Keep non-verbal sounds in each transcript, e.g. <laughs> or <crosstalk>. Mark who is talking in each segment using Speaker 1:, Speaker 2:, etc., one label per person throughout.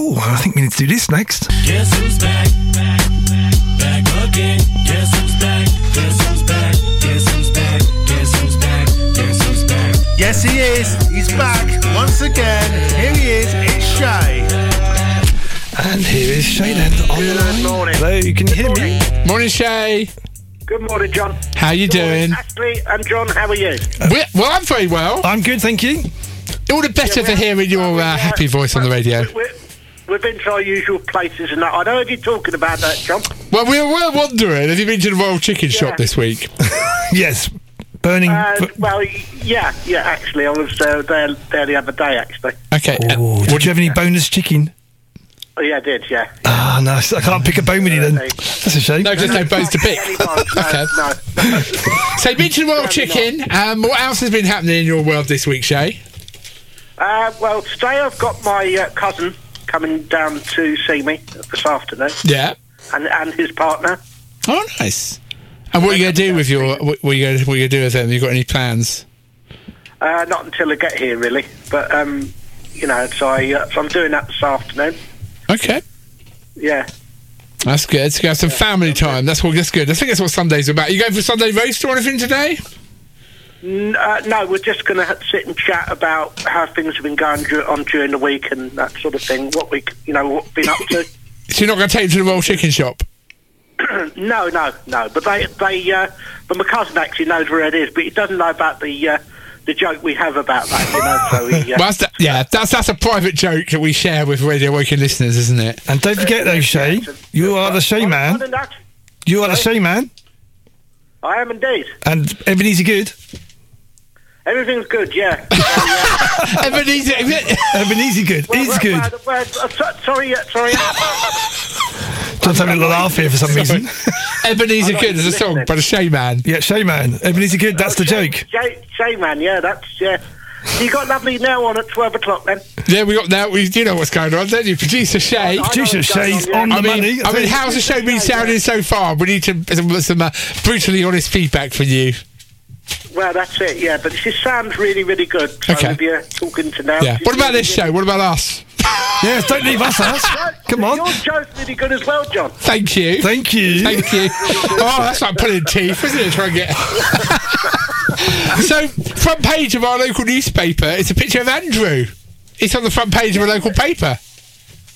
Speaker 1: Oh, I think we need to do this next.
Speaker 2: Guess who's back? Back, back, back again. Guess who's back? Guess who's back? Guess who's back? Guess who's back? Guess who's back?
Speaker 3: Yes, he is. He's back once again. Here he is. It's Shay.
Speaker 1: And here is Shaden on the line.
Speaker 4: morning.
Speaker 1: Hello, can you hear me?
Speaker 5: Morning, Shay.
Speaker 4: Good morning, John.
Speaker 5: How you doing?
Speaker 4: Ashley and John, how are you?
Speaker 5: We- well, I'm very well.
Speaker 1: I'm good, thank you.
Speaker 5: All the better for hearing your uh, happy voice on the radio.
Speaker 4: We're, we've been to our usual places and that. I know you're talking about that, John.
Speaker 5: Well, we were wondering, have you been to the Royal Chicken Shop this week?
Speaker 1: Yes, burning.
Speaker 4: Uh,
Speaker 1: f-
Speaker 4: well, yeah, yeah, actually, I was uh, there, there the other day, actually.
Speaker 5: Okay. uh,
Speaker 1: oh,
Speaker 5: what
Speaker 1: did you have any bonus chicken?
Speaker 4: Oh, yeah, I did, yeah.
Speaker 1: Ah, nice. I can't pick a bone with you then. That's a shame.
Speaker 5: no, just no bones to pick.
Speaker 4: Any bones, no,
Speaker 5: Okay.
Speaker 4: no.
Speaker 5: So, you mentioned Royal Chicken. Um, what else has been happening in your world this week, Shay?
Speaker 4: Uh, well, today I've got my uh, cousin coming down to see me this afternoon
Speaker 5: Yeah.
Speaker 4: and, and his partner.
Speaker 5: Oh, nice. And what are you going to do with your? What, what are you going? to What are you going to do with them? You got any plans?
Speaker 4: Uh, not until I get here, really. But, um, you know, so, I, uh, so I'm doing that this afternoon.
Speaker 5: Okay.
Speaker 4: Yeah.
Speaker 5: That's good. To have some family time. That's what. That's good. I think that's what Sundays are about. You going for Sunday roast or anything today?
Speaker 4: N- uh, no, we're just going to sit and chat about how things have been going dur- on during the week and that sort of thing. What we, c- you know, what we've been up to.
Speaker 5: So you're not going to take them to the Royal Chicken Shop?
Speaker 4: no, no, no. But they, they, uh, but my cousin actually knows where it is, but he doesn't know about the uh, the joke we have about that. You know, so he, uh,
Speaker 5: Well, that's, yeah, that's that's a private joke that we share with Radio Woking listeners, isn't it?
Speaker 1: And don't forget though, Shay, you are the Shay
Speaker 4: Other-
Speaker 1: man.
Speaker 4: other than that,
Speaker 1: You are the Shay man.
Speaker 4: I am indeed.
Speaker 1: And Ebenezer Good.
Speaker 4: Everything's
Speaker 1: <laughs>
Speaker 4: good. Yeah.
Speaker 5: Ebenezer,
Speaker 1: Ebenezer Good. He's
Speaker 4: Well,
Speaker 1: good.
Speaker 4: well, well, uh, so- sorry, uh, sorry.
Speaker 1: John's having a little laugh here for some reason.
Speaker 5: Ebenezer
Speaker 4: not
Speaker 5: Good is a
Speaker 4: listening.
Speaker 5: song by the Shay Man.
Speaker 1: <laughs> Yeah, Shay man. Ebenezer Good, that's the joke.
Speaker 4: Jay, Jay, man. Yeah, that's yeah. You got lovely now on at twelve o'clock then.
Speaker 5: Yeah, we got now. We you know what's going on, don't you? Producer Shay.
Speaker 4: I-
Speaker 1: Producer
Speaker 4: what's going
Speaker 1: Shay's
Speaker 4: on, yeah.
Speaker 1: on the
Speaker 5: I mean,
Speaker 1: money.
Speaker 5: I mean, how's the show been sounding so far? We need to some, some uh, brutally honest feedback from you.
Speaker 4: Well, that's it, yeah. But she sounds really, really good. So
Speaker 5: Okay.
Speaker 4: if you're uh, talking to now.
Speaker 5: Yeah. What about this show? What about us?
Speaker 1: <laughs> Yes, don't leave us out. Come
Speaker 4: Your <laughs>
Speaker 1: on.
Speaker 4: show's really good as well, John.
Speaker 5: Thank you.
Speaker 1: Thank you.
Speaker 5: Thank you. Oh, that's like pulling teeth, isn't it? Trying to get. <laughs> so, front page of our local newspaper is a picture of Andrew. It's on the front page of a local paper.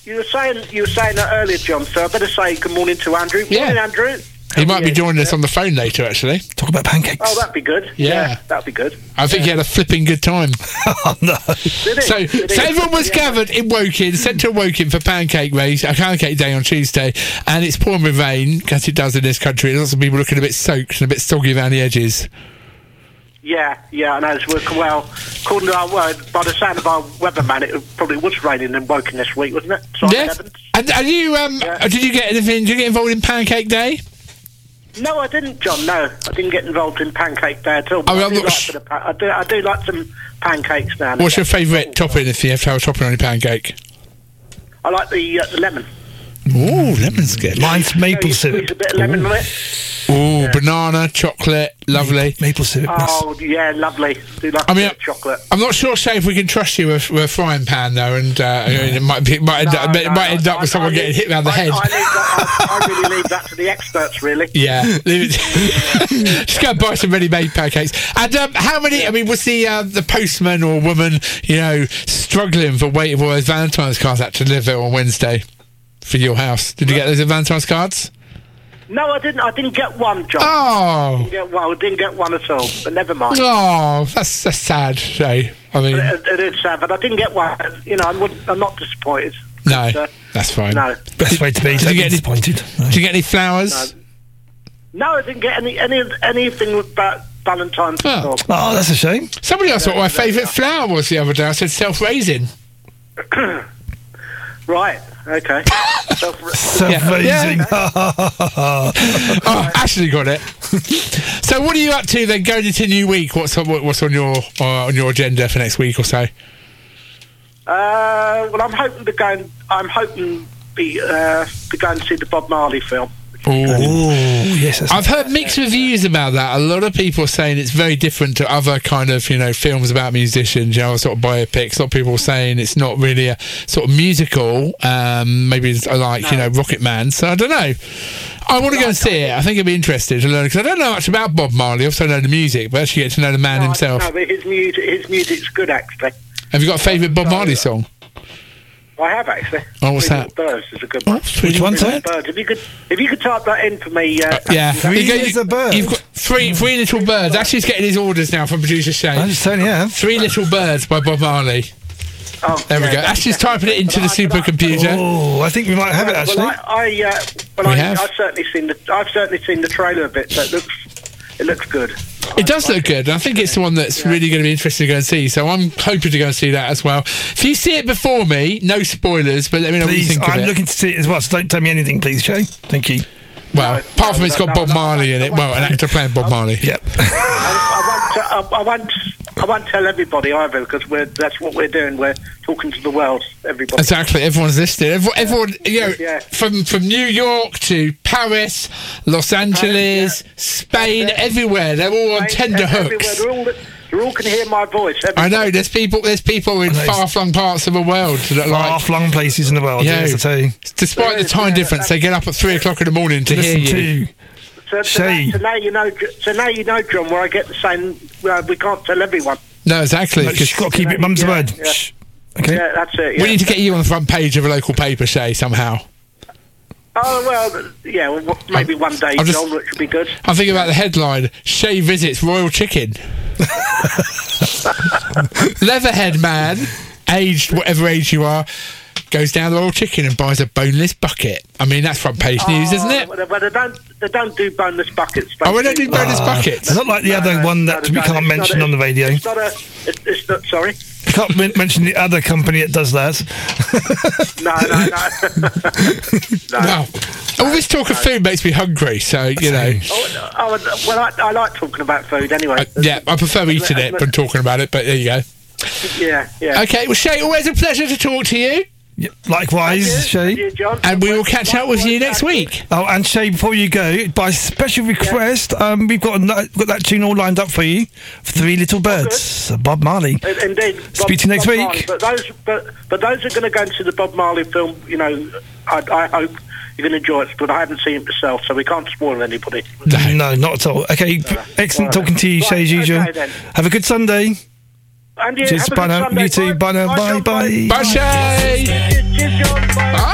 Speaker 4: You were saying you were saying that earlier, John. So I better say good morning to Andrew.
Speaker 5: Yeah.
Speaker 4: Morning, Andrew.
Speaker 5: He might be joining us on the phone later, actually.
Speaker 1: Talk about
Speaker 4: Oh,
Speaker 1: pancakes.
Speaker 4: that'd be good.
Speaker 5: Yeah.
Speaker 4: that'd be good.
Speaker 5: I think he had a flipping good time.
Speaker 1: Oh, no.
Speaker 4: Did it?
Speaker 5: So,
Speaker 4: Did it?
Speaker 5: so everyone was
Speaker 4: Yeah.
Speaker 5: gathered in Woking, central Woking for pancake race, a pancake day on Tuesday, and it's pouring with rain, as it does in this country, and lots of people looking a bit soaked and a bit soggy around the edges.
Speaker 4: Yeah, yeah, I know it's working well. According to our word, by the sound of our weatherman, it probably was raining and woken this week, wasn't it? So I
Speaker 5: Yeah.
Speaker 4: haven't-
Speaker 5: And are you, um, did you get anything, did you get involved in pancake day?
Speaker 4: No, I didn't, John. No, I didn't get involved in pancake day at all. but
Speaker 5: Oh,
Speaker 4: I,
Speaker 5: I'm
Speaker 4: do
Speaker 5: not
Speaker 4: like
Speaker 5: sh-
Speaker 4: a bit of pa- I do. I do like some pancakes now. and
Speaker 5: What's your
Speaker 4: again.
Speaker 5: favourite topping if you have to have a topping on your pancake?
Speaker 4: I like the, uh, the lemon.
Speaker 5: Ooh, lemon's good.
Speaker 1: Mine's maple
Speaker 4: You squeeze
Speaker 1: syrup.
Speaker 4: a bit of lemon on it.
Speaker 5: Ooh, banana, chocolate, lovely.
Speaker 1: Maple syrup. that's-
Speaker 4: Oh, yeah, lovely. Do like
Speaker 5: I
Speaker 4: a
Speaker 5: mean,
Speaker 4: bit of chocolate.
Speaker 5: I'm not sure, Shay, if we can trust you with, with a frying pan, though, and uh, it might, be, it might, end, up, it might end up with someone getting hit round the
Speaker 4: I,
Speaker 5: head.
Speaker 4: I, leave that, I,
Speaker 5: <laughs>
Speaker 4: I really leave that to the experts, really.
Speaker 5: yeah, <laughs> leave it. just go and buy some ready-made pancakes. And um, how many? I mean, was the uh, the postman or woman, you know, struggling for waiting for those Valentine's cards out to deliver on Wednesday for your house? Did you get those Valentine's cards?
Speaker 4: No, I didn't. I didn't get one, John.
Speaker 5: Oh,
Speaker 4: Didn't get one. I didn't get one at all. But never mind.
Speaker 5: Oh, that's, that's sad, Shay. I mean,
Speaker 4: It, it is sad, but I didn't get one. You know, I'm, I'm not disappointed.
Speaker 5: no,
Speaker 4: uh,
Speaker 5: that's fine.
Speaker 4: No.
Speaker 1: Best way to be. Don't
Speaker 5: you
Speaker 1: get
Speaker 5: get-
Speaker 1: disappointed.
Speaker 5: Did you get any flowers?
Speaker 4: No, I didn't get any any anything about Valentine's
Speaker 5: Oh.
Speaker 4: at all.
Speaker 1: Oh, that's a shame.
Speaker 5: Somebody asked what my favourite flower was the other day. I said self-raising.
Speaker 4: Right.
Speaker 5: <laughs>
Speaker 4: Okay. uh, Self-
Speaker 1: So
Speaker 5: Yeah.
Speaker 1: amazing. <laughs>
Speaker 5: Oh, Ashley got it. so, what are you up to then? Going into new week, what's on, what- what's on your uh, on your agenda for next week or so?
Speaker 4: Uh, well, I'm hoping to go. And, I'm hoping be uh, to go and see the Bob Marley film, which
Speaker 1: Oh, yes. That's
Speaker 5: I've heard mixed reviews about that. A lot of people are saying it's very different to other kind of you know films about musicians, you know, sort of biopics. A lot of people are saying it's not really a sort of musical. Um, maybe it's uh, like you know Rocket Man. So I don't know. I want to go and see it. I think it'd be interesting to learn because I don't know much about Bob Marley. I also know the music, but actually get to know the man
Speaker 4: No, I don't
Speaker 5: himself.
Speaker 4: know, but his music, his music's good actually.
Speaker 5: Have you got a favourite Bob Marley song?
Speaker 4: I have actually.
Speaker 5: Oh, what's
Speaker 4: Three
Speaker 5: that?
Speaker 4: Little Birds is a good one.
Speaker 1: Which one's
Speaker 4: Three Little
Speaker 1: that?
Speaker 4: Birds. If you could, if you could type that in for me. Uh,
Speaker 5: Yeah,
Speaker 1: Three
Speaker 5: You go-
Speaker 1: Little
Speaker 5: you-
Speaker 1: Birds.
Speaker 5: You've got three, three little birds. Ashley's getting his orders now from producer
Speaker 1: I'm
Speaker 5: Shane.
Speaker 1: just telling you. yeah.
Speaker 5: Three little birds by Bob Marley.
Speaker 4: oh,
Speaker 5: There we
Speaker 4: yeah,
Speaker 5: go.
Speaker 4: that-
Speaker 5: Ashley's
Speaker 4: that-
Speaker 5: typing it into the
Speaker 4: but I- but I-
Speaker 5: supercomputer.
Speaker 1: Oh, I think we might have it
Speaker 4: Well,
Speaker 1: actually.
Speaker 4: I, I, uh, well,
Speaker 5: We
Speaker 4: I,
Speaker 5: have.
Speaker 4: I've certainly seen the, I've certainly seen the trailer a bit. So it looks, it looks good.
Speaker 5: It does look good. and I think it's the one that's really going to be interesting to go and see. So I'm hoping to go and see that as well. If you see it before me, no spoilers, but let me know what you
Speaker 1: Please,
Speaker 5: think of
Speaker 1: I'm
Speaker 5: it.
Speaker 1: looking to see it as well. So don't tell me anything, please, Shay. Thank you.
Speaker 5: well,
Speaker 4: No,
Speaker 5: apart from
Speaker 4: no,
Speaker 5: it's
Speaker 4: no,
Speaker 5: got
Speaker 4: no,
Speaker 5: Bob
Speaker 4: no,
Speaker 5: Marley
Speaker 4: no,
Speaker 5: in it.
Speaker 4: no,
Speaker 5: Well, an
Speaker 4: no.
Speaker 5: actor playing Bob Marley.
Speaker 1: Yep.
Speaker 4: I, I, won't, I, I won't, I won't tell everybody either because we're that's what we're doing. We're talking to the world, everybody.
Speaker 5: Exactly. Everyone's listening. Everyone, everyone you know,
Speaker 4: Yeah.
Speaker 5: from from New York to Paris, Los Angeles, Spain, everywhere. They're all on
Speaker 4: Right?
Speaker 5: tender
Speaker 4: Everywhere.
Speaker 5: hooks.
Speaker 4: They're all, they're all can hear my voice.
Speaker 5: I
Speaker 4: everybody.
Speaker 5: know. There's people. There's people in
Speaker 1: know.
Speaker 5: far flung parts of the world that
Speaker 1: Far
Speaker 5: like.
Speaker 1: flung places in the world.
Speaker 5: Yeah.
Speaker 1: Yes, I tell you.
Speaker 5: Despite the
Speaker 4: There is,
Speaker 5: time
Speaker 4: yeah,
Speaker 5: difference, they get up at three o'clock in the morning to
Speaker 1: Listen
Speaker 5: hear you.
Speaker 1: to.
Speaker 4: So, so,
Speaker 1: Shame.
Speaker 4: now, so now you know. So now you know, John, where I get the same. Uh, we can't tell everyone.
Speaker 5: No, exactly.
Speaker 1: Look,
Speaker 5: 'cause
Speaker 1: shh, got to keep it mum's
Speaker 4: Yeah,
Speaker 1: word.
Speaker 4: yeah.
Speaker 1: Shh. Okay.
Speaker 4: Yeah, that's
Speaker 5: we
Speaker 4: it. yeah.
Speaker 5: need to get you on the front page of a local paper, Shay, somehow.
Speaker 4: Oh well, th- yeah. Well, w- maybe one day,
Speaker 5: I'm just-
Speaker 4: John, which would be good.
Speaker 5: I'm thinking about the headline: Shay visits Royal Chicken. <laughs> Leatherhead man, aged whatever age you are, goes down to Royal Chicken and buys a boneless bucket. I mean, that's front page news, isn't it?
Speaker 4: Well, they- well, they don't. They don't do boneless buckets.
Speaker 5: Oh, we don't do boneless
Speaker 1: Ah,
Speaker 5: buckets.
Speaker 1: It's not like the other one that we can't mention on the
Speaker 4: <laughs>
Speaker 1: radio.
Speaker 4: It's not a. It's, it's not. Sorry.
Speaker 1: Can't men- mention the other company that does that.
Speaker 4: No,
Speaker 5: <laughs>
Speaker 4: no, no.
Speaker 5: Wow. All this talk of food makes me hungry, so you know.
Speaker 4: oh, oh, well, I, I like talking about food anyway.
Speaker 5: I- Uh, yeah, I prefer eating it than talking about it, but there you go.
Speaker 4: yeah, yeah.
Speaker 5: Okay, well, Shay, always a pleasure to talk to you,
Speaker 1: Yeah, Likewise,
Speaker 4: Thank you,
Speaker 1: Shay.
Speaker 4: John.
Speaker 5: and we will catch up with you next week.
Speaker 1: Oh, and Shay, before you go, by special request, um, we've got, ano- got that tune all lined up for you. Three Little Birds, Bob Marley.
Speaker 4: In- Indeed.
Speaker 1: Speak to you next week.
Speaker 4: Marley. But those, but, but those are going to go into the Bob Marley film. You know, I, I hope you're going to enjoy it. But I haven't seen it myself, so we can't spoil anybody.
Speaker 1: No, not at all. Okay, p- excellent
Speaker 4: All right.
Speaker 1: talking to you, Shay,
Speaker 4: Right,
Speaker 1: as
Speaker 4: okay
Speaker 1: usual.
Speaker 4: then.
Speaker 1: Have a good Sunday.
Speaker 4: And you,
Speaker 1: Cheers,
Speaker 4: have a
Speaker 1: bye
Speaker 4: good
Speaker 1: now.
Speaker 4: Sunday.
Speaker 1: You too. Bye now. Bye,
Speaker 4: John,
Speaker 1: bye.
Speaker 5: Bye, Shay.
Speaker 4: Cheers, John. Bye.
Speaker 5: Bye.